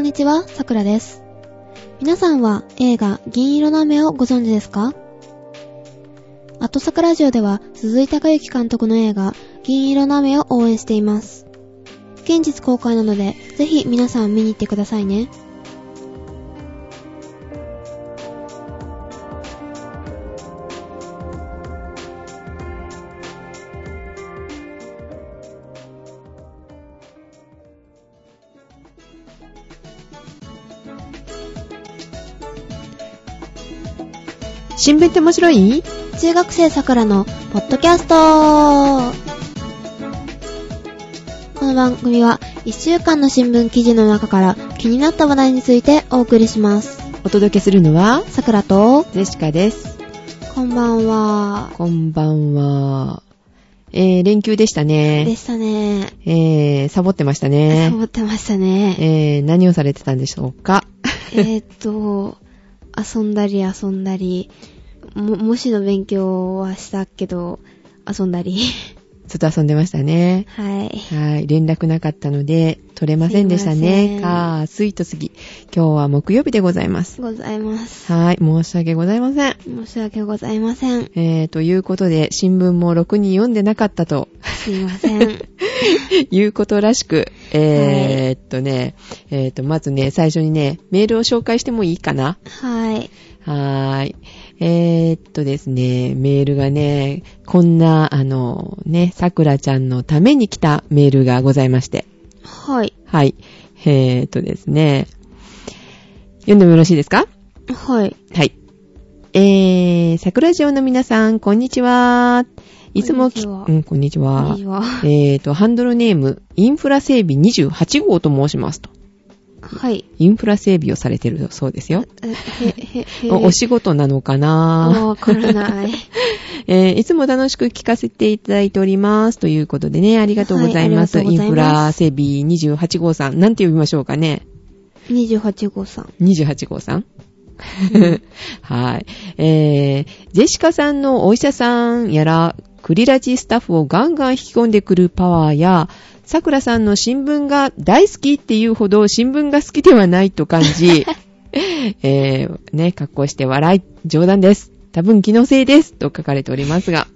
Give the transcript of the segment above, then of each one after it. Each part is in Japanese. にちは、さくらです。皆さんは映画銀色の雨をご存知ですかアットサクラジオでは鈴井孝之監督の映画銀色の雨を応援しています。近日公開なので、ぜひ皆さん見に行ってくださいね。新聞って面白い中学生さくらのポッドキャストこの番組は1週間の新聞記事の中から気になった話題についてお送りします。お届けするのは、さくらと、ゼシカです。こんばんは。こんばんは。えー、連休でしたでね。したね。えー、サボってましたねサ。ボってましたね。えー、何をされてたんでしょうかえー っと、遊んだり遊んだり、も、模試の勉強はしたけど、遊んだり。 ちょっと遊んでましたね。はい。はい、連絡なかったので、取れませんでしたすいませね。んかー、スイートすぎ。今日は木曜日でございます。ございます。はい、申し訳ございません。申し訳ございません。えー、ということで、新聞もろくに読んでなかったとすいませ ん。いうことらしく、えーっとね、えーっと、まずね、最初にね、メールを紹介してもいいかなはい。はーい。えーっとですね、メールがね、こんな、あの、ね、さくらちゃんのために来たメールがございまして。はい。はい。えーっとですね、読んでもよろしいですかはい。はい。えー、桜城の皆さん、こんにちは。いつもき、こんにちはうん、こんにちこんはにち。は。えーと、ハンドルネーム、インフラ整備28号と申しますと。はい。インフラ整備をされてるそうですよ。えへ、へ、へ。おお仕事なのかなわからない。 えーいつも楽しく聞かせていただいております。ということでね、ありがとうございます。はいありイがンとうフございまラ整備28号さん。なんて呼びましょうかね。 28号さん。 28号さん。 はい。えー、ジェシカさんのお医者さんやら、クリラジスタッフをガンガン引き込んでくるパワーや、さくらさんの新聞が大好きっていうほど新聞が好きではないと感じ、 えー、ね、格好して笑い、冗談です。多分気のせいです。と書かれておりますが、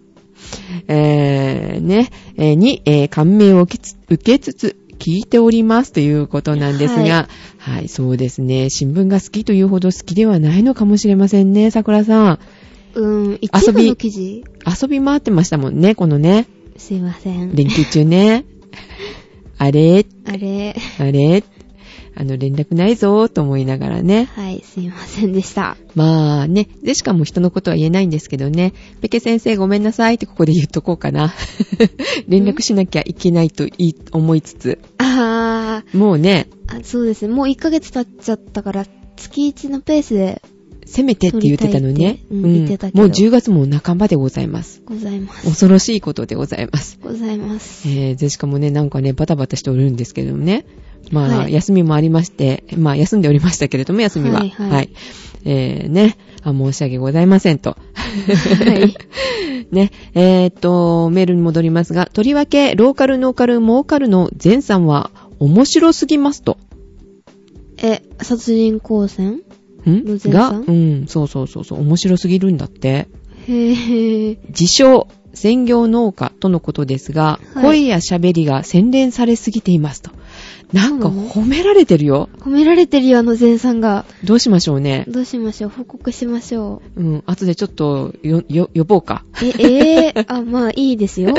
えー、ね、えーに、えー感銘を受けつ受けつつ、聞いておりますということなんですが、ははい、そうですね。新聞が好きというほど好きではないのかもしれませんね、桜さん。うん、一部の記事遊び回ってましたもんね、このね。すいません。連休中ね。あれあれ、あれあの、連絡ないぞと思いながらね。はい、すいませんでした。まあね、でしかも人のことは言えないんですけどね。ペケ先生ごめんなさいってここで言っとこうかな。連絡しなきゃいけないといい思いつつ。あーもうね、あ、そうですね。もう1ヶ月経っちゃったから、月1のペースでせめてって言ってたのね。撮りたいってうん言ってたけどもう10月も半ばでございます。ございます。恐ろしいことでございます。ございます。えー、ゼシカもね、なんかね、バタバタしておるんですけれどもね。まあ、はい休みもありまして、まあ、休んでおりましたけれども、休みは。はいはいえー、ね、あ、申し訳ございませんと。はい。 ね、えーっと、メールに戻りますが、とりわけ、ローカル、ノーカル、モーカルの前さんは、面白すぎますと。え、殺人光線のん前さんが、うん、そうそうそうそう、面白すぎるんだって。へえ。自称、専業農家とのことですが、はい声や喋りが洗練されすぎていますと。なんかそうなの褒められてるよ。褒められてるよ、あの前さんが。どうしましょうね。どうしましょう報告しましょう。うん、後でちょっと、よ、よ、呼ぼうか。え、えー、あ、まあいいですよ。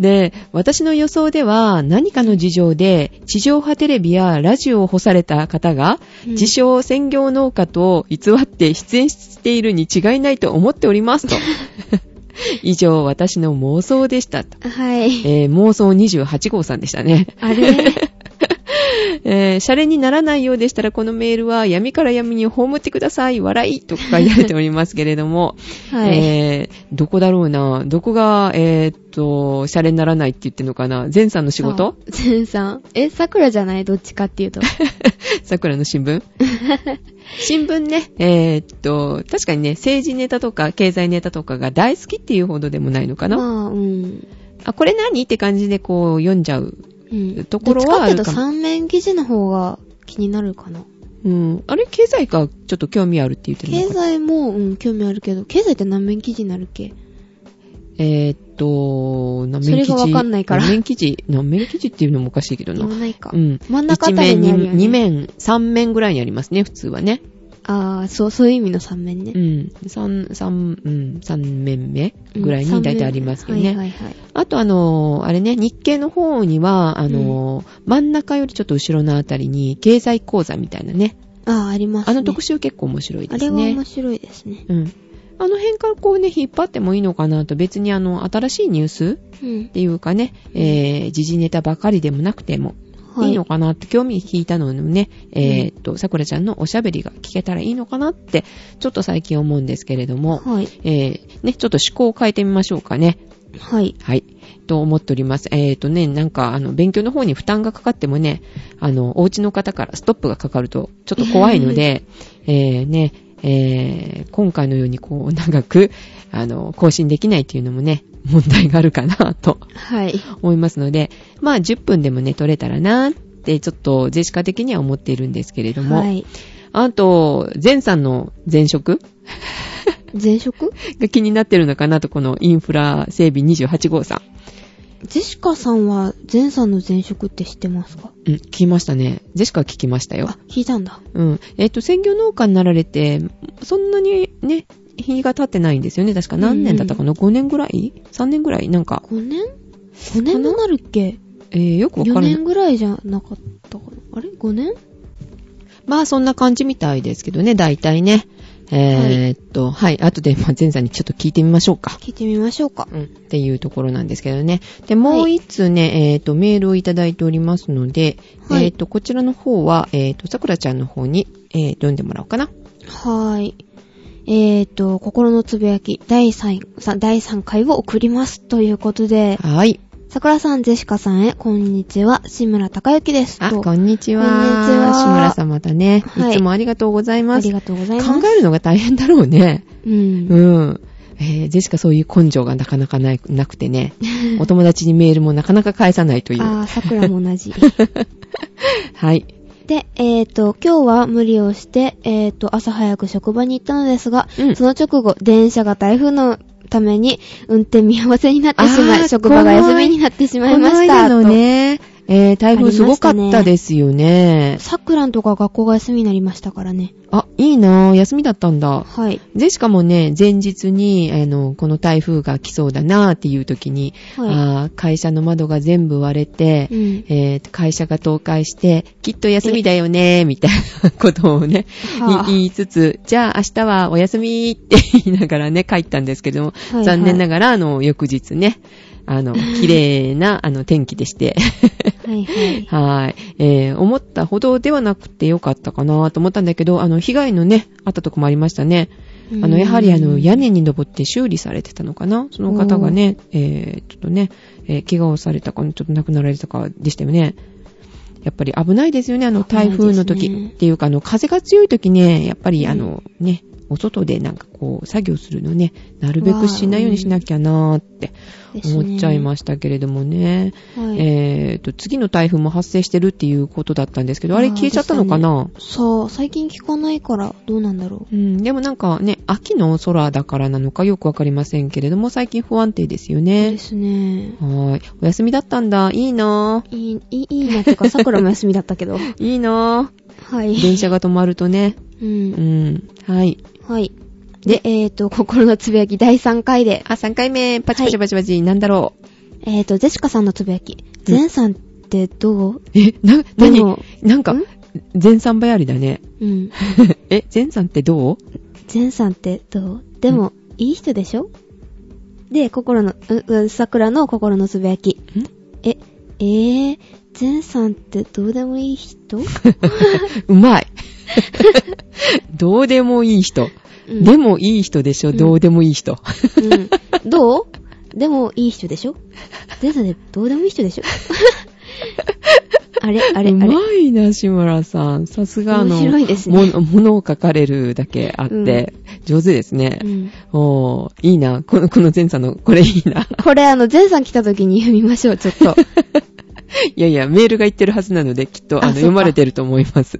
で、私の予想では、何かの事情で、地上波テレビやラジオを干された方が、うん自称専業農家と偽って出演しているに違いないと思っており ますと。以上、私の妄想でしたと。はい。えー妄想28号さんでしたね。あれ えーシャレにならないようでしたら、このメールは闇から闇に葬ってください、笑いと書かれておりますけれども、 はい。えーどこだろうな、どこが、えーっと、シャレにならないって言ってんのかな、前さんの仕事あゼンさん。え、桜じゃないどっちかっていうと。 桜の 新聞新聞ね、えーっと、確かにね、政治ネタとか経済ネタとかが大好きっていうほどでもないのかな。まあ、うん。あ、これ何って感じでこう読んじゃう。うん。ところどっちかはっていうとあるかも三面記事の方が気になるかな。うん。あれ、経済か、ちょっと興味あるって言ってるの経かな済も、うん、興味あるけど、経済って何面記事になるっけえーっと、何面記事それがわかんないから何面記事何面記事っていうのもおかしいけどでもな。ないか。うん。真ん中あたりにあるよね。 1面、2面、3面ぐらいにありますね、普通はね。ああ、そう、そういう意味の3面ねう。ん。3、3、うん、3面目ぐらいに大体ありますけどね。うんはいはいはい。あとあのー、あれね、日経の方には、あのー、真ん中よりちょっと後ろのあたりに、経済講座みたいなね。ああ、あります、ね。あの特集結構面白いであれすはね面。白いですね。うん。あの辺からこうね、引っ張ってもいいのかなと、別にあの、新しいニュースうんっ。ていうかね、えー、時事ネタばかりでもなくても、、はいいいのかなって興味引いたのね、えーっと、さくらちゃんのおしゃべりが聞けたらいいのかなって、ちょっと最近思うんですけれども、はい。えー、ね、ちょっと思考を変えてみましょうかね。はい。はい。と思っております。えっ、とね、なんか、あの、勉強の方に負担がかかってもね、あの、お家の方からストップがかかると、ちょっと怖い ので、えーね、えー今回のようにこう、長く、あの、更新できないっていうのもね、問題があるかな、とはい。思いますので、まあ、10分でもね、取れたらな、って、ちょっと、ジェシカ的には思っているんですけれども、はい。あと、前さんの前職 前職が気になってるのかなと、このインフラ整備28号さん。ジェシカさんは前さんの前職って知ってますかうん、聞きましたね。ジェシカは聞きましたよあ。、聞いたんだ。うん。えっ、と、専業農家になられて、そんなにね、日が経ってないんですよね。確か何年だったかな、?5 年ぐらい ?3 年ぐらいなんか、 5年 ?5 年もなるっけえーよくわ ?4 からない年。ぐらいじゃなかったかなあれ ?5 年まあ、そんな感じみたいですけどね、大体ね。えーっと、はい。後で、まあ、前さんにちょっと聞いてみましょうか。聞いてみましょうか。うん、っていうところなんですけどね。で、もう一通ね、えっ、と、メールをいただいておりますので、はいえっ、と、こちらの方は、えっ、と、さくらちゃんの方に、えー読んでもらおうかな。はーい。えーと、心のつぶやき第 3, さ第3回を送ります。ということで、はい。桜さん、ジェシカさんへ、こんにちは。志村隆之です。あ、とこんにちは。こんにちは志村さんまたね、はいい。つもありがとうございあます。りがとうございます。考えるのが大変だろうね。うん。 うん。えー、ジェシカそういう根性がなかなかないなくてね、お友達にメールもなかなか返さないという。あー、桜も同 じ。はい。で、えーと、今日は無理をして、えーと、朝早く職場に行ったのですが、うんその直後、電車が台風のために運転見合わせになってしあまーい、職場が休みになってしまいました。この間のね、えー、台風すごかありっましたたねですよねと。さくらんとか学校が休みになりましたからね。あ、いいなぁ、休みだったんだ。はい。ジェシカもね、前日に、あの、この台風が来そうだなぁっていう時に、はあー会社の窓が全部割れて、い。うん。えーと会社が倒壊して、きっと休みだよね、みたいなことをね、はあい言いつつ、じゃあ明日はお休みって言いながらね、帰ったんですけども、はい残念ながら、あの、翌日ね、あの、綺麗な、あの、天気でして、はいはい。はい。えー思ったほどではなくてよかったかなと思ったんだけど、あの、被害のね、あったとこもありましたね。あの、やはりあの、屋根に登って修理されてたのかなその方がね、えー、ちょっとね、えー怪我をされたか、ちょっと亡くなられたかでしたよね。やっぱり危ないですよね、あの、危ない台ですね風の時、っていうか、あの、風が強い時ね、やっぱりあの、ね、お外でなんかこう、作業するのね、なるべくしないようにしなきゃなーって思っちゃいましたけれどもね。す。はい。えー、と、次の台風も発生してるっていうことだったんですけど、あれあー消えちゃったのかな、そう、最近聞かないから、どうなんだろうん、でもなんかね、秋の空だからなのかよくわかりませんけれども、最近不安定ですよう。でね。すね。はーい。お休みだったんだ。いいないい、いい、いいなっていう か、さくらも休みだったけど。ぁ。いいなはぁ。い。電車が止まる とね。う。うんん。はい。はい。で、えーと、心のつぶやき第3回で、あ、3回目。パチパチパチパチ。なんだろう。えーと、ジェシカさんのつぶやき。うんゼンさんってどうえ、な、なでにもなんかん、前三倍ありだね。 うん。え、前三ってどうゼンさんってどうでも、いい人でしょで、心の、う、うん、桜の心のつぶやき。んえ、えー、ゼンさんってどうでもいい 人 うまい。どうでもいいう人。んでもいい人でしょ、うんどうでもいい人。うん。どうでもいい人でしょゼンさんってどうでもいい人でしょあれあれうあれ。まいな、志村さん。さすがあの、面白いですねものものを書かれるだけあって、上手ですねう。ん。おーいいな。この、この前さんの、これいいな。 これあの、ゼンさん来た時に読みましょう、ちょっと。いやいや、メールが言ってるはずなので、きっと、ああの、そっか読まれてると思います。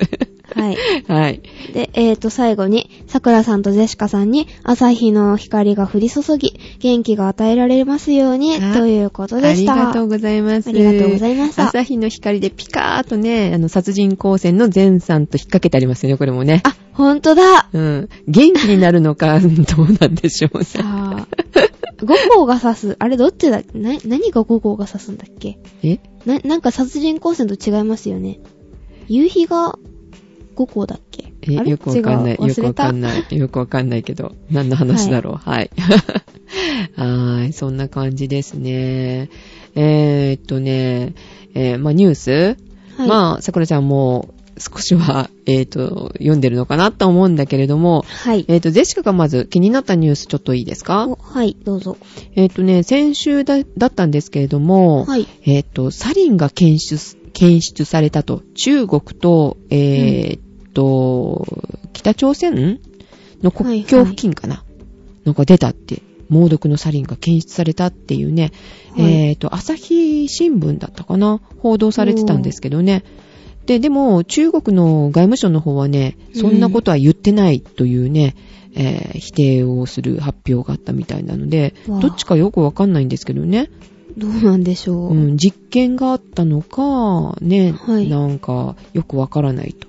はい。はい。で、えーと、最後に、桜さんとジェシカさんに、朝日の光が降り注ぎ、元気が与えられますように、あということであしりた。がとうございます。ありがとうございました朝日の光でピカーっとね、あの、殺人光線の前さんと引っ掛けてありますよね、これもね。あ、ほんとだうん。元気になるのか、 どうなんでしょうね。さ あ、5号が指す、あれどっちだっけな、何が5号が指すんだっけえな、なんか殺人光線と違いますよね。夕日が5号だっけえあれよくわかんな違うい。よく忘れわたかんない。よくわかんない けど。何の話だろう。はい。はーい。 そんな感じですね。えー、っとね、えーまあニュース、はい。まあ、さくらちゃんも少しは、えーっと、読んでるのかなと思うんだけれども、はい。えーっと、ジェシカがまず気になったニュースちょっといいですかおはい、どうぞ。えーっとね、先週だだったんですけれども、はい。えっ、と、サリンが検出、検出されたと、中国と、えっ、と、北朝鮮の国境付近かな、のが出たって、猛毒のサリンが検出されたっていうね、はいえっ、と、朝日新聞だったかな報道されてたんですけどね。で、でも、中国の外務省の方はね、そんなことは言ってないというね、えー否定をする発表があったみたいなので、わあどっちかよくわかんないんですけどね。どうなんでしょう。うん、実験があったのか、ね、はいなんかよくわからないと。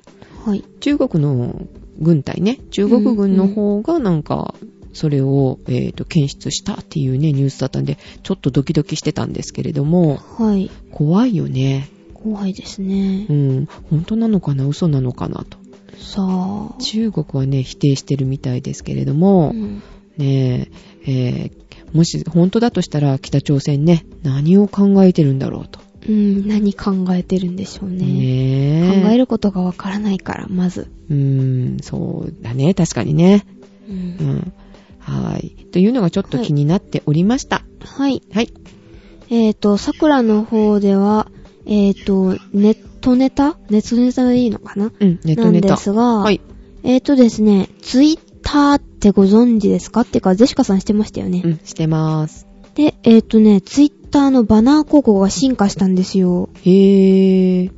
はい。中国の軍隊ね、中国軍の方がなんか、それを、えーと検出したっていうね、ニュースだったんで、ちょっとドキドキしてたんですけれども、はい。怖いよね。怖いですねう。ん、本当なのかな、嘘なのかなと。さあ。中国はね、否定してるみたいですけれどもう、んねえ、えーもし本当だとしたら北朝鮮ね、何を考えてるんだろうと。うん、何考えてるんでしょうね。ね考えるることがわからないから、まず。うーん、そうだね、確かにね。うんうん。はい。というのがちょっと気になっておりました。はい。はい。えっ、と、桜の方では、えっ、と、ネットネタネットネタでいいのかなうん、ネットネタ。なんですが、はい。えっ、とですね、ツイッターってご存知ですかってか、ジェシカさんしてましたよね。うん、してます。で、えっ、とね、ツイッターのバナー広告が進化したんですよ。へー。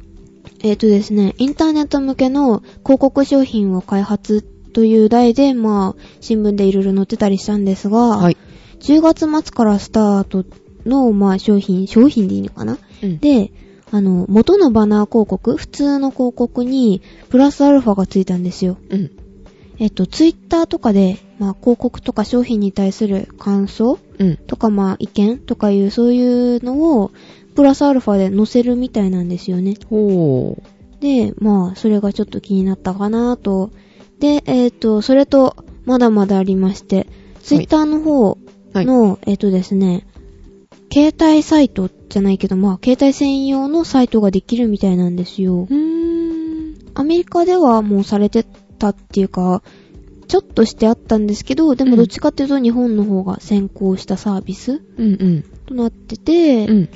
えっ、とですね、インターネット向けの広告商品を開発という題で、まあ、新聞でいろいろ載ってたりしたんですが、はい。 10月末からスタートの、まあ、商品、商品でいいのかなうん、で、あの、元のバナー広告、普通の広告に、プラスアルファがついたんですよ。うん。えっと、ツイッターとかで、まあ、広告とか商品に対する感想うん。とか、まあ、意見とかいう、そういうのを、プラスアルファで載せるみたいなんですよね。ほー。で、まあ、それがちょっと気になったかなと。で、えっ、と、それと、まだまだありまして、ツイッターの方はい。の、えっ、とですね、携帯サイトじゃないけど、まあ、携帯専用のサイトができるみたいなんですよ。ーん。アメリカではもうされてたっていうか、ちょっとしてあったんですけど、でうんもどっちかっていうと日本の方が先行したサービスうんうん。となってて、うん。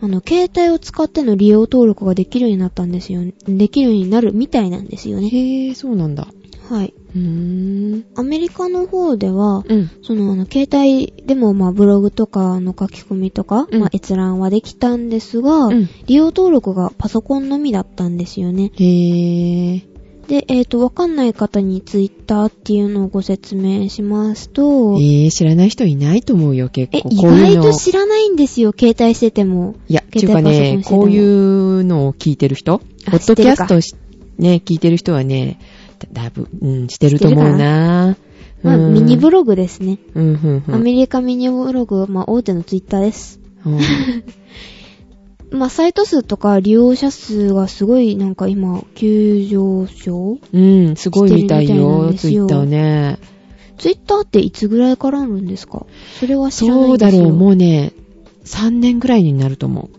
あの、携帯を使っての利用登録ができるようになったんですよ。できるようになるみたいなんですよへね。ー、そうなんだ。はい。うーん。アメリカの方では、うん。その、あの、携帯でも、まあ、ブログとかの書き込みとか、うんまあ、閲覧はできたんですが、うん利用登録がパソコンのみだったんですよね。へー。で、えっ、と、わかんない方にツイッターっていうのをご説明しますと、えー、知らない人いないと思うよ、結え、構。意こういう外のと知らないんですよ、携帯してても。いや、ってい携うか帯ね、パソこコンうしていてもうのを聞いてる人、あポッドキャストをしね、聞いてる人はね、だだいぶ、うん、してると思うなまあ、うんミニブログですね。うん、うん、うん。アメリカミニブログ、まあ、大手のツイッターです。うんまあ、サイト数とか利用者数がすごい、なんか今、急上昇うん、すごいみたい よ、してツるみイたいなッんですよターね。ツイッターっていつぐらいからあるんですかそれは知らないんそうですよだろう、もうね、3年ぐらいになると思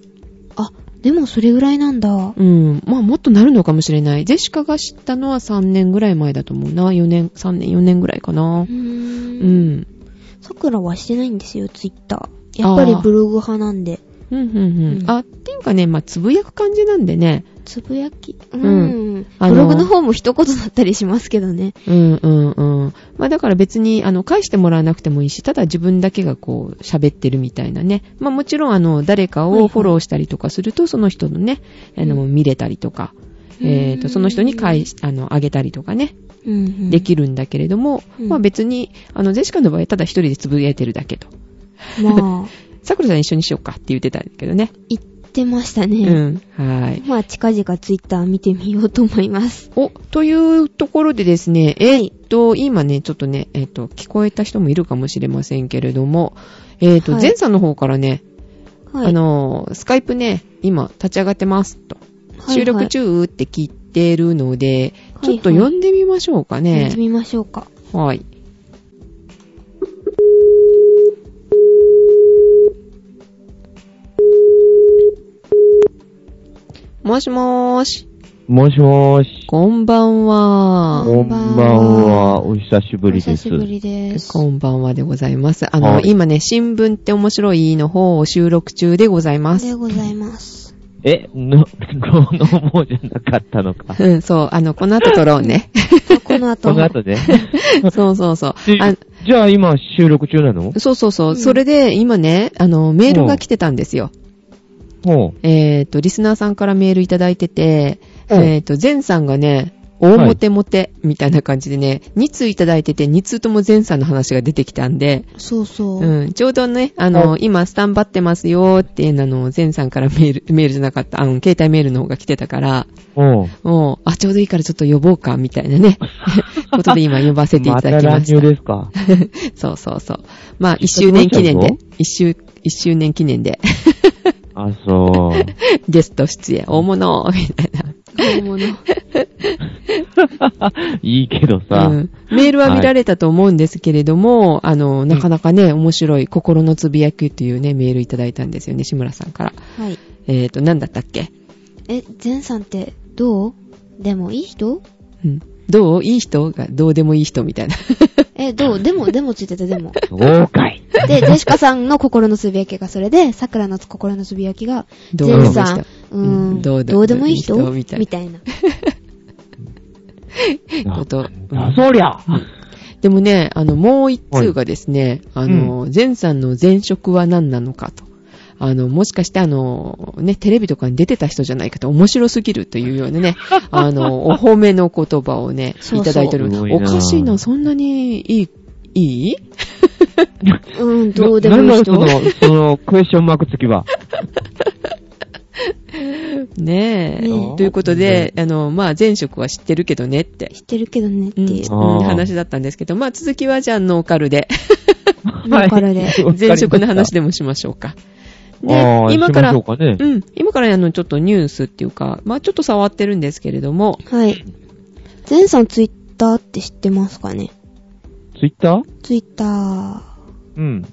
あ、でもそれぐらいなんだ。う。うん、まあもっとなるのかもしれない。ジェシカが知ったのは3年ぐらい前だと思うな。4年、3年、4年ぐらいかう。なうーん。ん。桜はしてないんですよ、ツイッター。やっぱりブログ派なんで。うん、うん、う。うんんあ、っていうかね、まあつぶやく感じなんでね。つぶやき。ううん。うん。あのブログの方も一言だったりしますけどね。うんうんうん。まあだから別に、あの、返してもらわなくてもいいし、ただ自分だけがこう、喋ってるみたいなね。まあもちろん、あの、誰はかいはをいフォローしたりとかすると、その人のね、あの、見れたりとか、うんえっと、その人に返し、あの、あげたりとかね、うんうんできるんだけれども、うんまあ別に、あの、ジェシカの場合はただ一人でつぶやいてるだけと。まあ、さくらさん一緒にしようかって言ってたんだけどね。言ってましたうね。ん。はい。まあ、近々ツイッター見てみようと思います。お、というところでですね、えーっと、今ね、ちょっとね、えーっと、聞こえた人もいるかもしれませんけれども、えーっと、はい前さんの方からね、はい。あのー、スカイプね、今、立ち上がってますと、はい収録中って聞いてるので、はいはいちょっと呼んでみましょうかやっねて。みましょうか。はい。もしもーし、もしもーし。こんばんは。ここんんばばんんはは。お久しぶりお久です。しぶりです。こんばんはでございます。あの、はい今ね、新聞って面白いの方を収録中でございま。ですございます。え、の、の、の、もうじゃなかったのか。うん、 そう、あの、この後撮ろうね。この後 そもの後ね。そうそうそう。であじゃあ今収録中なのそうそうそう。うんそれで、今ね、あの、メールが来てたんですよ。ほう。えっ、と、リスナーさんからメールいただいてて、うんえっ、と、ゼンさんがね、大モテモテみたいな感じでね、2通いただいてて、2通ともゼンさんの話が出てきたんで、そうそう。うん、ちょうどね、あの、今スタンバってますよっていうのを、ゼンさんからメール、メールじゃなかった、あの、携帯メールの方が来てたから、ほう。もう、あ、ちょうどいいからちょっと呼ぼうか、みたいな ね、ことで今呼ばせていただき乱まし入た。ですか。 そうそうそう。まあ、一周年記念どでう一し、周、一周年記念で、 あ、そう。ゲスト出演、大物、みたいな。本物。 いいけどさ。うんメールは見られたと思うんですけれども、あの、なかなかね、面白い心のつぶやきというね、メールいただいたんですよね、志村さんから。はい。えっ、と、なんだったっけえ、ゼンさんってどうでもいい人うん。どういい人が、どうでもいい人みたいな。え、ど うでも、でもついてた、でも。そうかい。で、ジェシカさんの心のつぶやきがそれで、桜の心のつぶやきが、どうゼでもいいン人さん、うーうんん、どどううででももいい人いい人みみたたいいなな。ことなんだそりゃ。でもね、あの、もう一通がですね、あの、前さんの前職は何なのかと。あの、もしかしてあの、ね、テレビとかに出てた人じゃないかと、面白すぎるというようなね、あの、お褒めの言葉をね、そうそういただいてる。すごいおなかしいな、そんなにいい、い いうん、どうでもいい人。なんだその、その、クエスチョンマーク付きは。ねねえ。ということで、あの、まあ、前職は知ってるけどねって。知ってるけどねってうんいう。あー話だったんですけど、まあ、続きはじゃあ、ノーカルで。今からで前職の話でもしましょうか。あで、ー今から、しましょうかねうん、今からあの、ちょっとニュースっていうか、まあちょっと触ってるんですけれども、はい。ゼンさんツイッターって知ってますかねツイッターツイッター、うん。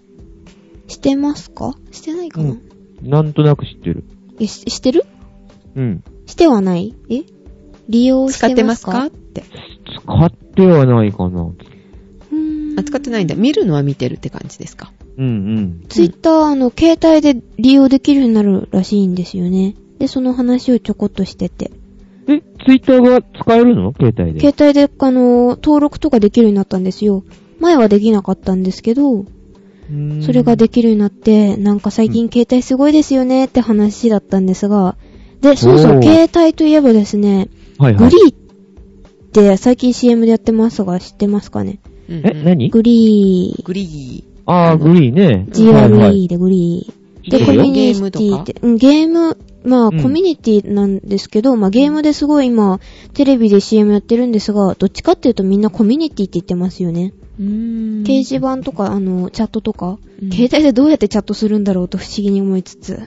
してますかしてないかな、うんなんとなく知ってる。え、ししてるうん。してはないえ利用し使っててまますすかかって。使ってはないかな。うーんあ、使ってないんだ。見るのは見てるって感じですか。うんうん。ツイッター、あの、携帯で利用できるようになるらしいんですよね。で、その話をちょこっとしてて。え、ツイッターが使えるの携帯で。携帯で、あの、登録とかできるようになったんですよ。前はできなかったんですけど、うーんそれができるようになって、なんか最近携帯すごいですよねって話だったんですが、で、そもそも携帯といえばですね、はいはグいリ。ーって最近 CM でやってますが、知ってますかねうんえ、何グリー、グリー。あー、グリーね。はいはい GRE でグリー。知っで、てコるミよュニティって、うん、ゲーム、まあ、うんコミュニティなんですけど、まあ、ゲームですごい今、テレビで CM やってるんですが、どっちかっていうとみんなコミュニティって言ってますよね。うーん掲示板とか、あの、チャットとか、うん携帯でどうやってチャットするんだろうと不思議に思いつつ。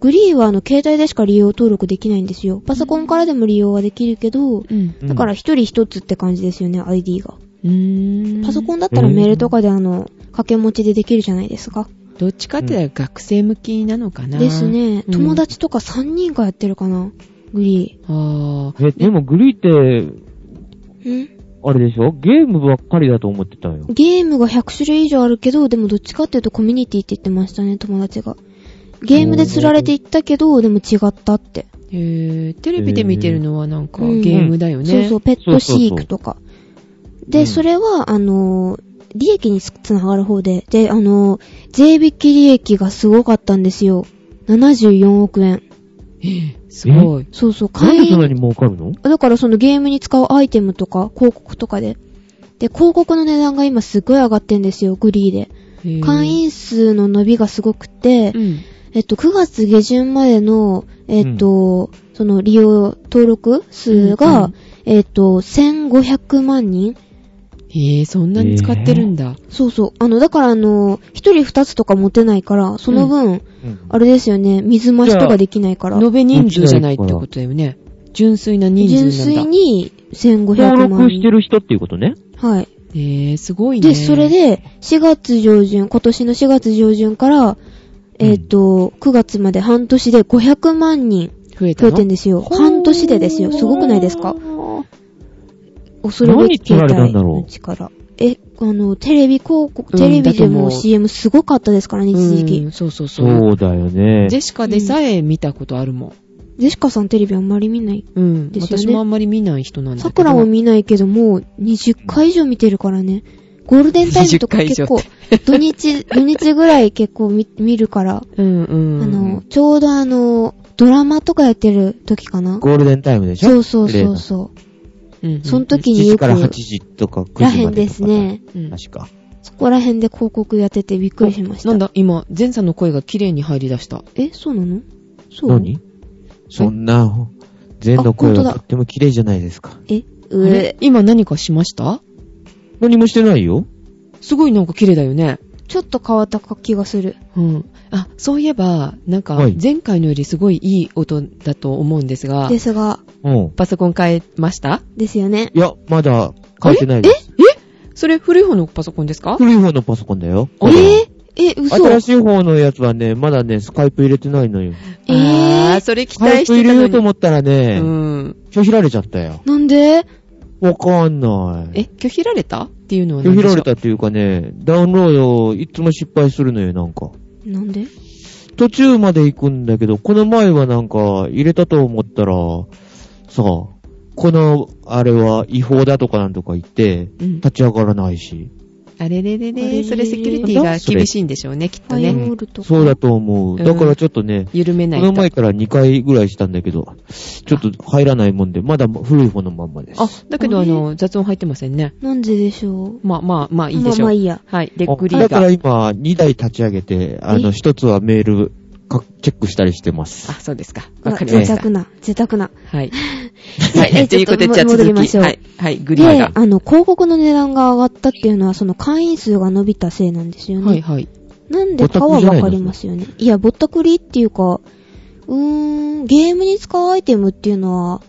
グリーは、あの、携帯でしか利用登録できないんですよ。パソコンからでも利用はできるけど、うん。うんだから一人一つって感じですよね、ID が。うーん。パソコンだったらメールとかで、あの、掛け持ちでできるじゃないですか。どっちかって学生向きなのかな。ですね。うん友。達とか3人がやってるかな、グリああ。え、でもグリーって、ー。あれでしょゲームばっかりだと思ってたよ。ゲームが100種類以上あるけど、でもどっちかっていうとコミュニティって言ってましたね、友達が。ゲームで釣られていったけど、でも違ったって。へえ、テレビで見てるのはなんかうんゲームだよね。そうそう、ペット飼育とか。うで、んそれは、あのー、利益につつながる方で、で、あのー、税引き利益がすごかったんですよ。74億円。すごい。そうそう、なん会でそん員なに儲かるのだからそのゲームに使うアイテムとか、広告とかで。で、広告の値段が今すごい上がってんですよ、グリーで。へえ会員数の伸びがすごくてう、ん。えっと、9月下旬までの、えっと、その利用登録数うがん、えっと、1500万人へえ、そんなに使ってるんだ。そうそう。あの、だからあの、一人二つとか持てないから、その分、あれですよね、水増しとかできないから、延べ人数じゃないってことだよね。純粋な人純数粋なんだ。に1500登万録して人。る人っていうことね。はい。へえ、すごいね。で、それ、で、4月上旬、今年の4月上旬から、えっ、と、9月まで半年で500万人増えた増えのてんですよ。ほー半年でですよ。すごくないですか恐るべき携帯の力。え、あの、テレビ広告、うんテレビでだと思もう CM すごかったですからね、一時う期。んそうそうそう。そうだよねジ。ェシカでさえ見たことあるもん。ジェシカさんテレビあんまり見ない。うん。ですよね私もあんまり見ない人なんだけど。桜も見ないけど、もう20回以上見てるからね。ゴールデンタイムとか結構20、土日、土日ぐらい結構見見るから、うんうん。あの、ちょうどあの、ドラマとかやってる時かな。ゴールデンタイムでしそょうそうそ例うのそう。うんうん、その時 ?7 によ時く、から8ら時とか9時まで。へんです。ね。うん確か。そこらへんで広告やっててびっくりしました。なんだ、今、前さんの声が綺麗に入り出した。え、そうなのそう何そんな、全の声あ本当だはとっても綺麗じゃないですか。え、あうれえ。今何かしました何もしてないよ。すごいなんか綺麗だよね。ちょっと変わった気がする。うん。あ、そういえば、なんかはい、前回のよりすごいいい音だと思うんですが、ですが、うん。パソコン変えましたですよね。いや、まだ書いてないです。それ古い方のパソコンですか古い方のパソコンだよ。えー、え、嘘新しい方のやつはね、まだね、スカイプ入れてないのよ。えあー、ー、それ期スカ待イしプ入てたれよのうとに。思ったらね、うん。拒否られちゃったよ。なんでわかんなえ、い。拒否られたっていうのは拒何否でしょらうれたっていうかね、ダウンロードをいつも失敗するのよ、なんか。なんで途中まで行くんだけど、この前はなんか、入れたと思ったら、さあ、この、あれは違法だとかなんとか言って、うん。立ち上がらないし。あれれれあれれれ、れそれセキュリティが厳しいんでしょうね、きっフとァイアね。ウォールとか。そうだと思う。うんだからちょっとね、緩めなこいのと。前から2回ぐらいしたんだけど、ちょっと入らないもんで、まだ古い方のまんまです。あ、だけどああれの、雑音入ってませんね。なんででしょまあまあ、まあういいでしまあまょあう。いいや。はい。で、あグリだーからが。今、2台立ち上げて、あの、え1つはメールか、チェックしたりしてますあ、。そうですか。わあかりま贅した。沢な、贅沢な。はい。で はえい。ということで、じゃあも戻り続まき。しょうはい。はい、グリーで、が。あの、広告の値段が上がったっていうのは、その会員数が伸びたせいなんですよね。はい、はい。なんでかはわかりますよね。いや、ぼったくりっていうか、うーん、ゲームに使うアイテムっていうのは、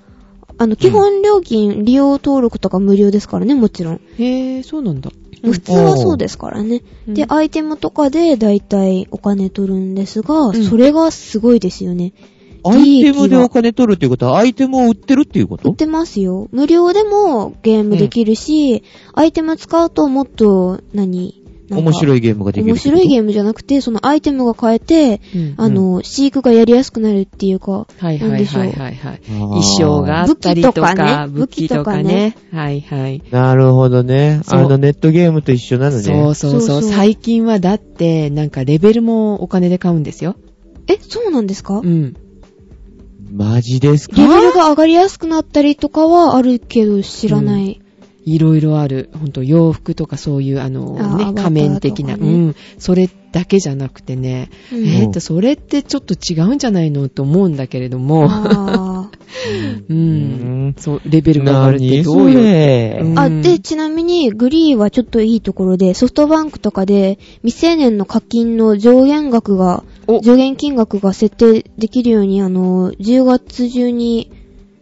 あの、基本料金、利用登録とか無料ですからね、もちろん。へえ、そうなんだ。普通はそうですからね。うんで、アイテムとかでだいたいお金取るんですが、んそれがすごいですよね。アイテムでお金取るっていうことは、アイテムを売ってるっていうこ売っとてますよ。無料でもゲームできるし、アイテム使うともっと何、何面白い。いゲームができる面白いゲームじゃなくて、そのアイテムが変えて、うんあの、飼育がやりやすくなるっていうか、はいなはんいでしょはういはいはい。ー衣装があったりとか、武武器器ととかかねね。はいはい。なるほどね。そうあのネットゲームと一緒なのね。そうそうそ。そううそう最近はだって、なんかレベルもお金で買うんですよ。え、そうなんですか、うん。マジですかレベルが上がりやすくなったりとかはあるけど知らない。いろいろある。ほんと、洋服とかそういう、あの、あね、アバターとかね仮面的な。うん。それだけじゃなくてね、うんえーっと、それってちょっと違うんじゃないのと思うんだけれども、あ ーう。うんん。そう、レベルが上がるって何どそういう。れうんあ、で、ちなみに、グリーはちょっといいところで、ソフトバンクとかで、未成年の課金の上限額が、お上限金額が設定できるように、あの、10月中に、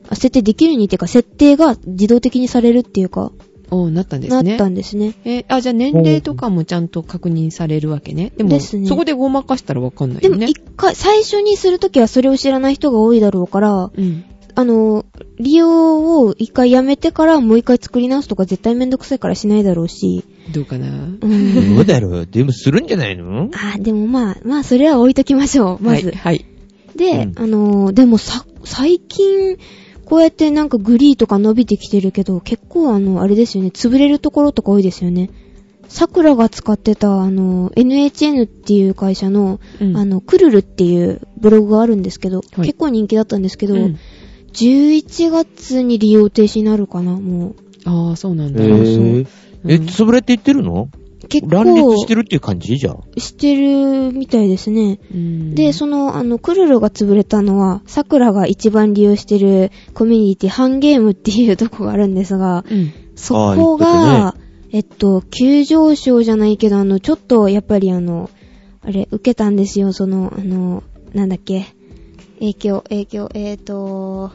あ設定できるようにっていうか、設定が自動的にされるっていうか、おなったんですなっねた。んですね。えーあ、じゃあ年齢とかもちゃんと確認されるわけね。でも、ですねそこでごまかしたらわかんないでよも、ね。一回、最初にするときはそれを知らない人が多いだろうから、うん。あの、利用を一回やめてからもう一回作り直すとか絶対めんどくさいからしないだろうし、どうかな。うん。 どうだろうでもするんじゃないのあー、でもまあ、まあ、それは置いときましょう、まず。はい。はい。で、うんあのーでも昨最近、こうやってなんかグリーとか伸びてきてるけど、結構あの、あれですよね、潰れるところとか多いですよね。桜が使ってた、あの、NHN っていう会社の、うんあの、クルルっていうブログがあるんですけど、はい結構人気だったんですけど、うん11月に利用停止になるかな、もああ、そうなんえだ。そうー、え、うん潰れていってるのう。結構、乱立してるっていう感じじゃん。してるみたいですね。うんで、その、あの、クルルが潰れたのは、桜が一番利用してるコミュニティ、ハンゲームっていうとこがあるんですが、うんそこが、えっと、急上昇じゃないけど、あの、ちょっと、やっぱりあの、あれ、受けたんですよ、その、あの、なんだっけ、影響、影響、えっ、と、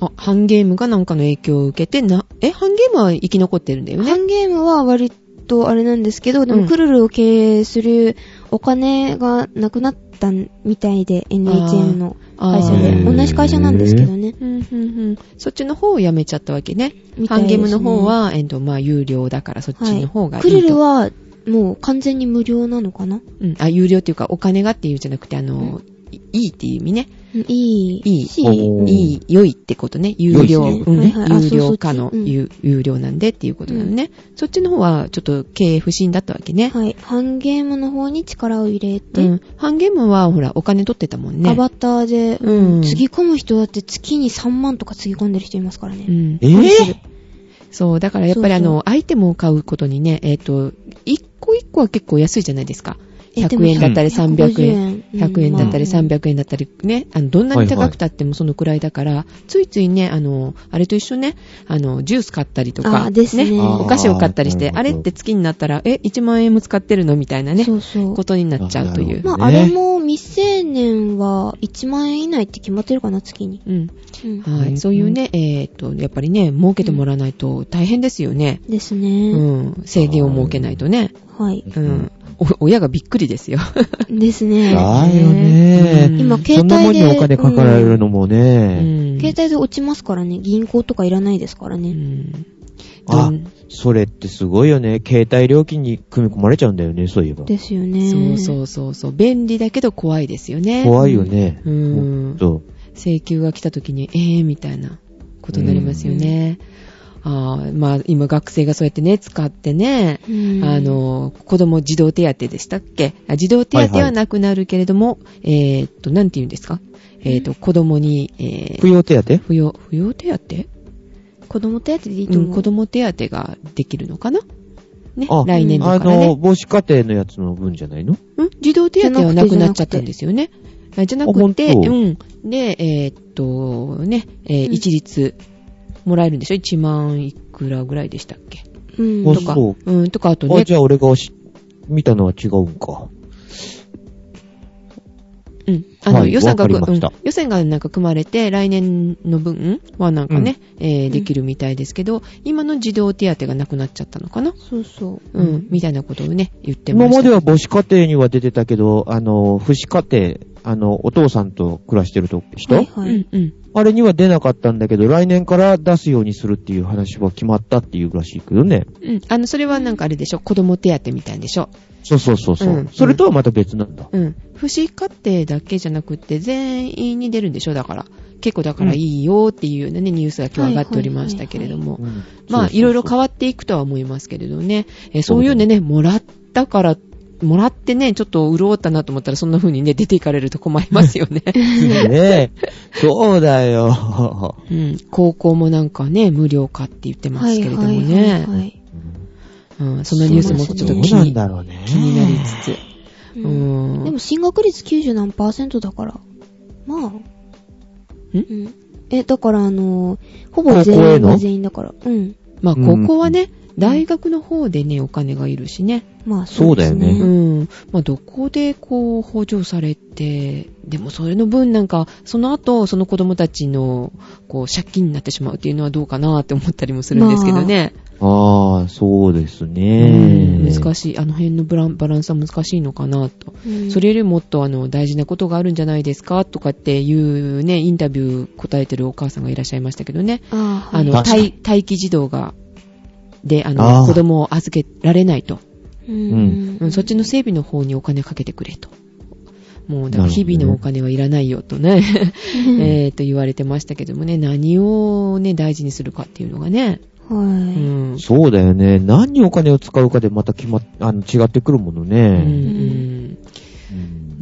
あ、ハンゲームがなんかの影響を受けて、な、え、ハンゲームは生き残ってるんだよハね。ンゲームは割とあれなんですけど、でうもんクルルを経営するお金がなくなったみたいで、NHN の会社あで。ー同じ会社なんですけどね。うん、うん、うん。そっちの方をやめちゃったわけね。みたハいンですねゲームの方は、えっと、まあ、有料だからそっちの方がいいクと。ルルは、もう完全に無料なのかなうん、あ、有料っていうか、お金がっていうんじゃなくて、あの、いいいっていう意味ね。うんいいいいし、おーいい、良いってことね。有料。良いですうねん、はいはいあ有料化そうそのっちうん有、有料なんでっていうことなのね。そっちの方は、ちょっと経営不振だったわけね。はい。ハンゲームの方に力を入れて、うん。ハンゲームは、ほら、お金取ってたもんね。アバターで、うんつぎ込む人だって月に3万とかつぎ込んでる人いますからね。うんえ。ー、そう、だからやっぱりあそうの、アイテムを買うことにね、えっ、と、一個一個は結構安いじゃないですか。えでも100円だったり300 150円。100円だったりうんまあ300円だったりね、あのどんなに高くたってもそのくらいだから、ついついね、あの、あれと一緒ね、あの、ジュース買ったりとか、あですねあーお菓子を買ったりして、なあるれほっどて月になったら、え、1万円も使ってるのみたいなね、そうそうこ。とになっちゃうといあなるほうど。まあ、あれも未成年は1万円以内って決まってるかな、月に。うん。うん。はうんい。そういうね、えっ、と、やっぱりね、儲けてもらわないと大変ですよね。ですね。うん。制限を設けないとね。はい。うん。お親がびっくりですよ。ですね。だよね。うん今、携そんなもん帯にで。お金かかられるのもうね、ん携帯で落ちますからね。銀行とかいらないですからうね。んあどんそれってすごいよね。携帯料金に組み込まれちゃうんだよね、そういえば。ですよね。そうそうそうそう。便利だけど怖いですよね。怖いよね。うんほと請求が来た時に、えー、みたいなことになりますよね。あーまあ、今学生がそうやってね、使ってね、うん。あの、子供児童手当でしたっけあ児童手当はなくなるけれども、えーっと、なんて言うんですかえーっと、子供に、え扶ー、養手当不要、不要手当子供手当でいいとう思ん、う。子供手当ができるのかなねあ、来年度あからね。の、母子家庭のやつの分じゃないのん児童手当はなくなっちゃったんですよね。あじゃなあく本当て、うん。で、えーっと、ね、えーうん一律もらえるんでしょ ?1 万いくらぐらいでしたっけうん。あとか。そううん、とか、あとあ、ね、じゃあ俺がし見たのは違うんか。うん。あの、はい予算が、わかりまうんした、予算がなんか組まれて、来年の分はなんかね、えーできるみたいですけど、今の児童手当がなくなっちゃったのかなそうそう。うん、みたいなことをね、言ってま今した。までは母子家庭には出てたけど、あの、父子家庭、あの、お父さんと暮らしてると人、はいはうい。ん、うん。あれには出なかったんだけど、来年から出すようにするっていう話は決まったっていうらしいけどね。うん。あの、それはなんかあれでしょ子供手当みたいでしょそうそうそうそう、うんそれとはまた別なんだ。うん。不死家庭だけじゃなくて、全員に出るんでしょだから。結構だからいいよっていうようなね、ニュースが今日上がっておりましたけれども。うんまあ、いろいろ変わわっていくとは思いますけれどね。えーそういうんでね、もらったから、もらってね、ちょっと潤ったなと思ったら、そんな風にね、出ていかれると困りますよね。るね。そうだよ。うん。高校もなんかね、無料化って言ってますけれどもね。はい。うん。そのニュースもちょっとどう気なんにだろうね。気になりつつ。ううんん。でも進学率90何パーセントだから。まあ。うん。え、だからあのー、ほぼ高校全へ員のが全員だから。うん。まあ、うんここはね、大学の方でね、お金がいるしね。まあ、そうですね。そうだようん。まあ、どこでこう補助されて、でもそれの分なんか、その後、その子供たちの、こう、借金になってしまうっていうのはどうかなって思ったりもするんですけどね。ああ、そうですね。うん難い。しい。あの辺のブランバランスは難しいのかなと。うんそれよりもっとあの大事なことがあるんじゃないですかとかっていうね、インタビュー答えてるお母さんがいらっしゃいましたけどね。ああ、あの、確かに待待機児童が、で、ああの、ー子供を預けられないと。うんうんそっちの整備の方にお金かけてくれと。もうだから日々のお金はいらないよとね、 えーと言われてましたけどもね、何をね、大事にするかっていうのがね。うはい。ん。そうだよね。何にお金を使うかでまた決まっ、あの、違ってくるものうんうね。んうんね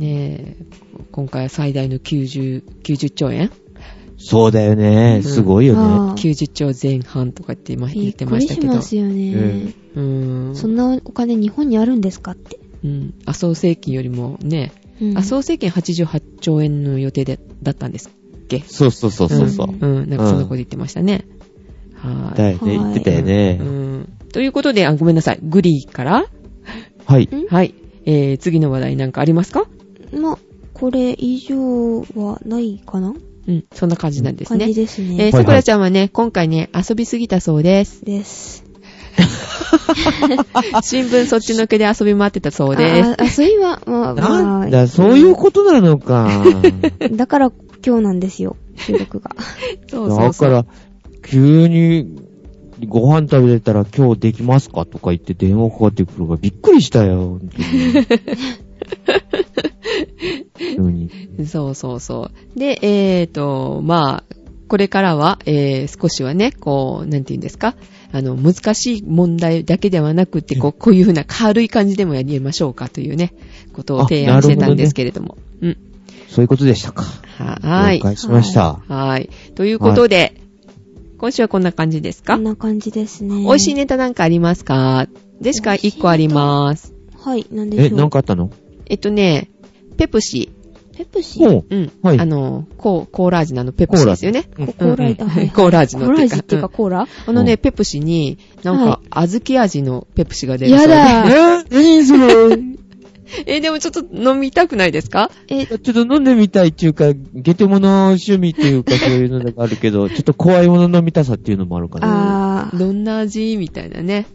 え今回は最大の90、90兆円そうだよね。すごいよね。ああ ?90 兆前半とかって今言びっってくまりしたしけど。ますよね。うん。そんなお金日本にあるんですかって。うん。麻生政権よりもね、うん麻生政権88兆円の予定でだったんですっけそうそうそうそうそう。うんうん、なんかそんなこと言ってましたね。はい。だよね。言ってたようね。ん。ということで、あ、ごめんなさい。グリーから。はい。んはい。えー、次の話題なんかありますかまあ、これ以上はないかなうん。そんな感じなんです感じね。ですえー、ね。はいさくらちゃんはね、今回ね、遊びすぎたそうです。です。新聞そっちのけで遊び回ってたそうです。あ、あそういえば、まあ、まなんあだ、そういうことなのか。だから今日なんですよ、収録が。そうそだうそかう。ら、急に、ご飯食べてたら今日できますかとか言って電話かかってくるからびっくりしたよ。本当に急にそうそうそう。で、えーと、まあ、これからは、えー、少しはね、こう、なんて言うんですか、あの、難しい問題だけではなくて、こう、こういうふうな軽い感じでもやりましょうかというね、ことを提案してたんですけれども。そういうことでしたか。うん。はー了解い。しました。はい。ということで、今週はこんな感じですこか、んな感じですね。美味しいネタなんかありますかでしか1個あります。はい、なんでえ、しょう。なんかあったのえっとね、ペプシ。ペプシもう、うん。はいあの、コーコーラ味のあのペプシですよね。うんコーラ味うんはいコーラ味コのーラ味っていうかうんコーラあのね、うんペプシに、なんはか、小豆味のペプシが出る。や。だえ何それえ、でもちょっと飲みたくないですかえ、ちょっと飲んでみたいっていうか、ゲテモノ趣味っていうかそういうのがある けど、ちょっと怖いもの飲みたさっていうのもあるかな。あー、どんな味みたいなね。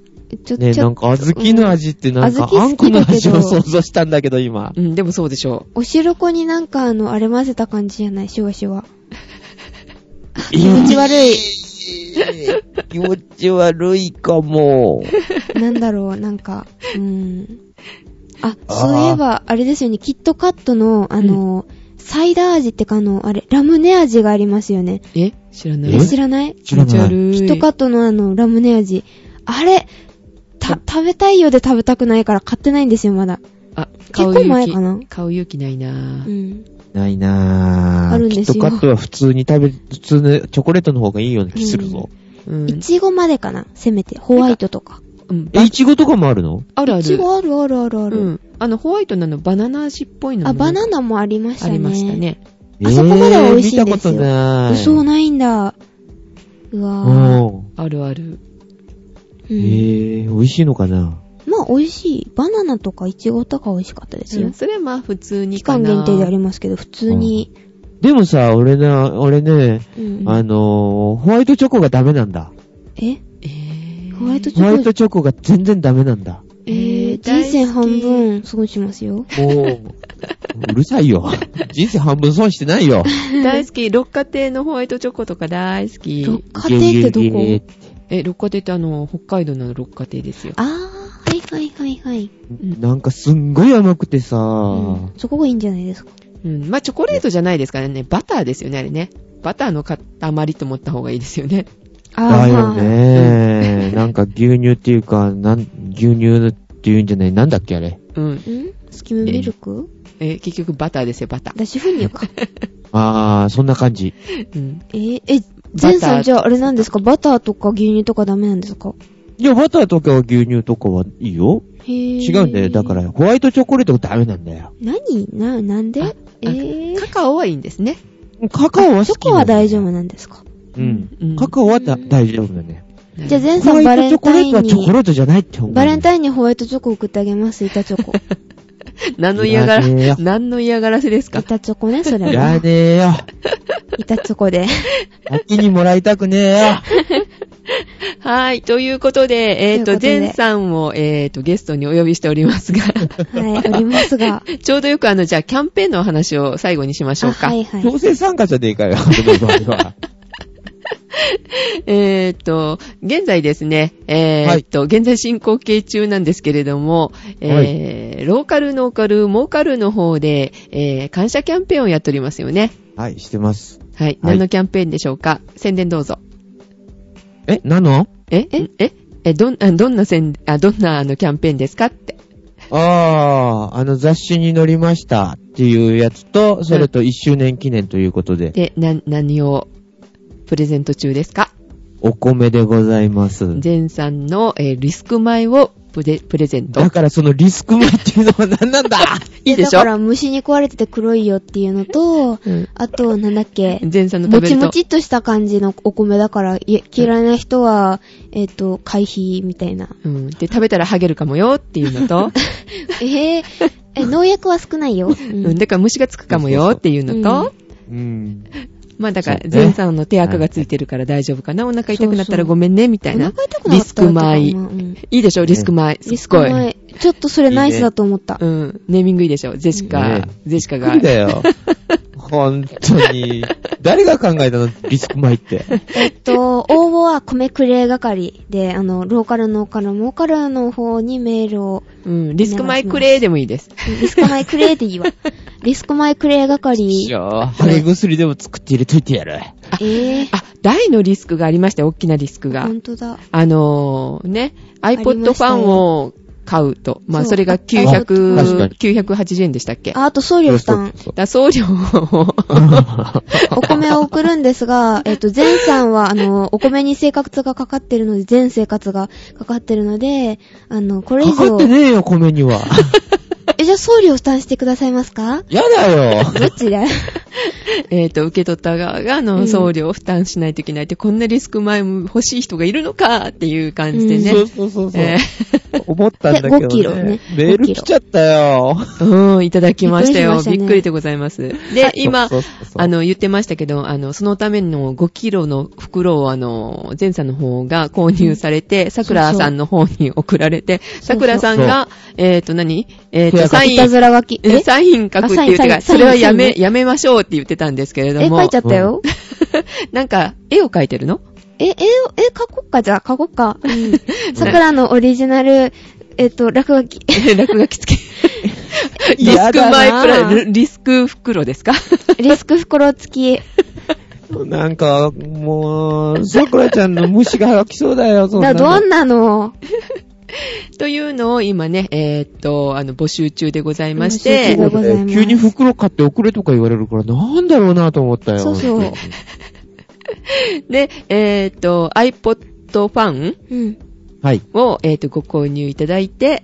ちょ、ねちなょん、か小豆の味ってなんか、うんあんこの味小豆好きだけどを想像したんだけど 今。うん、でもそうでしょお汁粉になんかあの、あれ混ぜた感じじゃないシュワシュワ。気持ち悪い。気持ち悪いかも。なんだ ろう、なんか、うーん。あ、あーそういえば、あれですよね、キットカットの、あの、サイダー味ってか、あの、あれ、ラムネ味がありますよね。う。え知らない。え知らない気持ち悪い。キットカットのあの、ラムネ味。あれ、た、食べたいようで食べたくないから買ってないんですよ、まだ。あ、買結う構勇前気か。な。買う勇気ないなうぁ。ん。ないなぁ。あるんですよキットカットは普通に食べ、普通のチョコレートの方がいいような気するぞ。うんい。ちごまでかな、せめて。ホワイトとか。うんえ、いちごとかもあるのあるあいちる。ごあるあるあるある。うん。あの、ホワイトなのバナナ味っぽいのもあ、バナナもありましたあね。りました。ね。あそこまでは美味しいんえーで見たすよことない。嘘ないんだ。うわぁ。うん。あるある。うえんー、美味しいのかなまあ美味しい。バナナとかイチゴとか美味しかったですよ。うんそれはまあ普通に期か間な。限定でありますけど、普通に。でもさ、俺な、俺ね、うんあのー、ホワイトチョコがダメなんだ。ええーホワイトチホワイョコト、チョコが全然ダメなんだ。えー、人生半。分過ごしますよ。もう、うるさい よ。人生半分損してないよ。大好き。六花亭のホワイトチョコとか大好き。六花亭ってどゲゲゲこえ、六花亭ってあの、北海道の六花亭ですよ。あー、はいはいはいはい。うんなんかすんごい甘くてさ、うんそこがいいんじゃないですか。うん。まあ、チョコレートじゃないですからね。バターですよね、あれね。バターの塊と思った方がいいですよね。だよまあね。なんか牛乳っていうか、なん、牛乳っていうんじゃない、なんだっけあれ。うん。んスキムミルクえー結局バターですよ、バター。私粉乳 か。あー、そんな感じ。うん。えー、え、前さんじゃああれなんですかバターとか牛乳とかダメなんですかいや、バターとかは牛乳とかはいいよ。へー違うんだよ。だか。ら、ホワイトチョコレートがダメなんだよ。何な、なんであえー、カカオはいいんですね。カカオは好きチョコは大丈夫夫。なんですかうん。うんカカオはだうん大丈夫だね。じゃあ、前ホさワんイバトレチンョコタレーイトンはチョコに、レートじゃないって思う。バレンタイインにホワイトチョコ送ってあげます、板チョコ。何の嫌がいらねえらよ、何の嫌がらせですか板チョコね、それいらはね。えよ。板チョコで。 先にもらいたくねえよ。はい。ということで、えっ、ということ、とで前さんを、えっ、と、ゲストにお呼びしておりま すが、はい、ありますが。ちょうどよくあの、じゃあ、キャンペーンのお話を最後にしましょあうか。はいはい。 強制参加じゃねえかよ、この場合は。えーっと、現在ですね、えーっと、現在進行形中なんですけれども、えーローカル、ノーカル、モーカルの方で、えー感謝キャンペーンをやっておりますよね。はい、してます。はい。何のキャンペーンでしょうか宣伝どうぞ。え、なのええええ、どん、あどんな宣、あ、どんなあのキャンペーンですかって。ああ、あの雑誌に載りましたっていうやつと、それと1周年記念ということで、で、な、何をプレゼント中ですかお米でございます。全さんの、えーリスク米をプレプレゼントだ。からそのリスクマっていうのは何なんだいいでしだょから虫に食われてて黒いよっていうのと、うんあと、なんだっけ、全さんのも食べちると。もちっとした感じのお米だから、い嫌いな人は、えっ、と、回避みたいな。うん。で、食べたらハゲるかもよっていうのと、えー、 え、農薬は少ないよ。うん。だから虫がつくかもよっていうのそうと、うん。まあだからそ、うね全さんの手垢がついてるから大丈夫かな。お腹痛くなったらごめんね、みたいな。お腹痛くなリっスたらクとか米。まあうんいいでしょリスク米。リスすクごい。前。ちょっとそれナイスだと思った。うん。ネーミングいいでしょジェシいいカね、ジェシカながん。だ よ。本当に。誰が考えたのリスクマイって。えっと、応募は米クレー係で、あの、ローカルのからモーカルの方にメールを、うん。リスク米くれでもいいです。リスク前クレーでい いわ。リスク前クレーい係。やー、ハゲ薬でも作って入れといてやる。えー、あ、大のリスクがありましたよ大きなリスクがほ。んとだ。あのーね、iPod ファンを買うと。まあ、そうそれがあ確か900に、 980円でしたっけだかあ、あと送料負担。ら送料を、 お米を送るんです が、えっと、全さんは、あの、お米に生活がかかってるので、全生活がかかってるので、あの、これ以かか上って、ねえよ、米 には。え、じゃあ送料負担してくださいますかやだよ。どっちだ えっと、受け取った側が、あうの、ん送料を負担しないといけないって、こんなリスク前も欲しい人がいるのかっていう感じでね。そうそうそうそう。え思ったんだけど、ね。 5キロねメール来ちゃったよ。ー うん、いただきましたよ。びっくりしましたねびっくりでございます。で、今、そうそうそうあ、の、言ってましたけど、あの、そのための5キロの袋を、あの、前さんの方が購入されて、桜さんの方に送られて、そう桜さんが、えっ、と、何えっ、と、手垢サイいたン、ずら書き。えサイン書くって言ってから、あサインサインそれはやサインめ、やめましょうって言ってたんですけれど絵も、描いちゃったよ。 なんか、絵を描いて るのえ、絵を、絵描こっか、じゃあ、描こっか。 桜のオリジナル、えっと、落書 き。落書 きつけ。リスやクだなマイプラ、リリスク袋ですか リスク袋付き。なんか、もう、桜ちゃんの虫が来そうだよ、そんだなの。どんなのというのを今ね、えーっと、あの、募集中でございまし募集中でございてま、す急に袋買って送れとか言われるから、なんだろうなと思ったよ。そうそう本で、えーっと、iPod ファンうん。当にはい。を、えーっと、ご購入いただいて、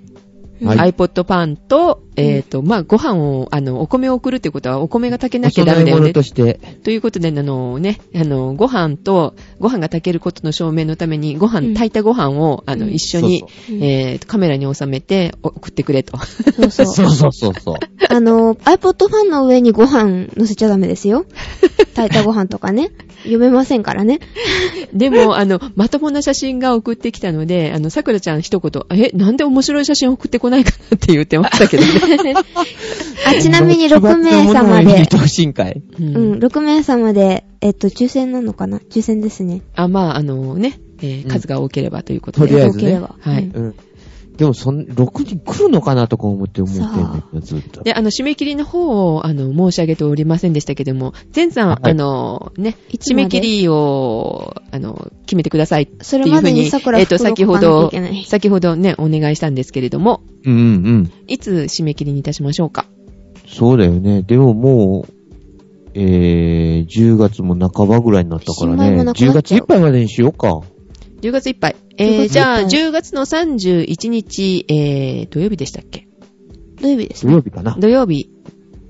はい iPod ファンと、えーっと、まあ、ご飯を、あの、お米を送るってことは、お米が炊けなおきゃダメ供だえよ物ねと。して。ということで、あのね、あの、ご飯と、ご飯が炊けることの証明のために、ご飯、うん炊いたご飯を、あうの、ん一緒にそう、うんえーっと、カメラに収めて、お送ってくれと。 そうそそうう。そうそうそう。あの、iPod ファンの上にご飯乗せちゃダメですよ。炊いたご飯とかね。読めませんからね。で も、あの、まともな写真が送ってきたので、あの、さくらちゃん一言、え、なんで面白い写真送ってこないかなって言ってましたけ どね。あ、ちなみに6名様入れでて、ほしいんかい。ううん、。6名様で、えっと、抽選なのかな抽選ですね。あ、まあ、あのね、えーうん数が多ければということとりあで。えずね多ければはいうんうん。でも、そん、6人来るのかなとか思って思ってんだけど、ずっと。で、あの、締め切りの方を、あの、申し上げておりませんでしたけども、前さん、はいあの、ね、いつ締までめ切りを、あの、決めてくださいっていうふうに。それまでに桜えっと、袋を先買ほわなきゃどいけない、先ほどね、お願いしたんですけれども、うんうんうん。いつ締め切りにいたしましょうか。そうだよね。でももう、えー、10月も半ばぐらいになったから新米もね。なくな10っち月ゃういっぱいまでにしようか。 10月いっぱい。10月いっえー、ぱいじゃあ、10月の31日、えー、土曜日でしたっけ土曜日です土。曜日かな。土曜日、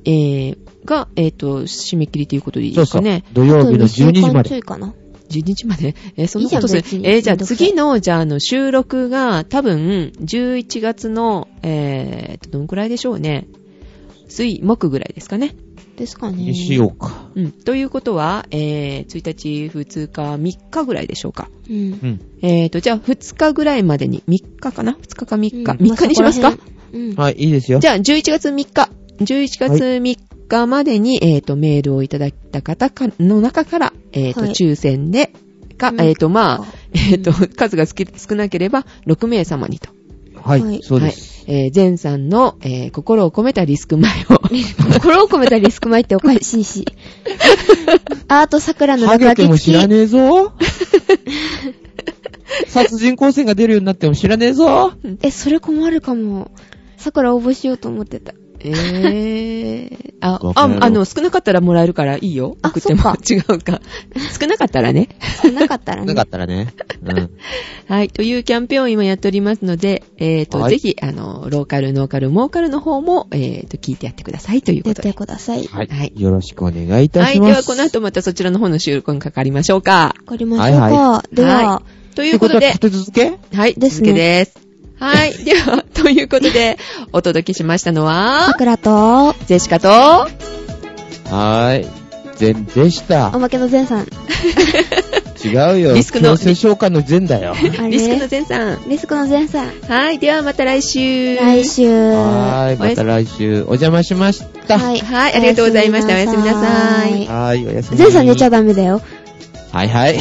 えー、が、えっ、と、締め切りということでいいそうでそすう。かね。土曜日の12時ま注で。意かな。 12日まで。えー、そんなことすいいるじゃん別。にえー、じゃあめんどくさい次の、じゃあ、あの、収録が、多分、11月の、えー、と、どのくらいでしょうね。水、木ぐらいですかね。ですかね。にしようか。うん。ということは、えー、1日、2日、3日ぐらいでしょうか。うん。うん。えー、と、じゃあ、2日ぐらいまでに、3日かな ?2 日か3日。うん3日にしますか、あそこら辺うん。はい、いいですよ。じゃあ、11月3日。11月3日までに、えっ、と、メールをいただいた方かの中から、えっ、と、はい抽選で、か、うんえっ、と、まうあん、 えっ、と、数が少少なければ6名様にと。はい、はいそうです。えー、前さんの、えー心を込めたリスク前 を。心を込めたリスク前っておかしいし。アート桜のハ落ゲ書てきも付き。知らねえ ぞ。殺人光線が出るようになっても知らねえぞ。え、それ困るかも。桜応募しようと思ってた。えー、あバ、カ野あ、郎あの、少なかったらもらえるからいいよ。あ送ってもそっか違うか。少なかったらね。少なかったら ね。ったらね。うん。はい。というキャンペーンを今やっておりますので、えっ、と、はぜいひ、あの、ローカル、ノーカル、モーカルの方も、えっ、と、聞いてやってくださいというこ出とで。てください。わはい。はいよろしくお願いいたはい。でします。は、この後またそちらの方の収録にかかりましょうか。かりましょうか。はいはでは、はということっでては、立て続けはい。です続ねけです。はい。では、 ということで、お届けしましたのは、桜と、ジェシカと、はーい。善でしたお。まけの前さん。違うよ。リスクの強制召喚の善だよ。あれリスクのゼンさん。リスクの前さん。はい。では、また来週。来週。はーい。おやますた来週お邪魔しました。ははいい。はい。ありがとうございました。おやすみなさい。おやすみ。前さん寝ちゃだ。ダメだよ。はいはい。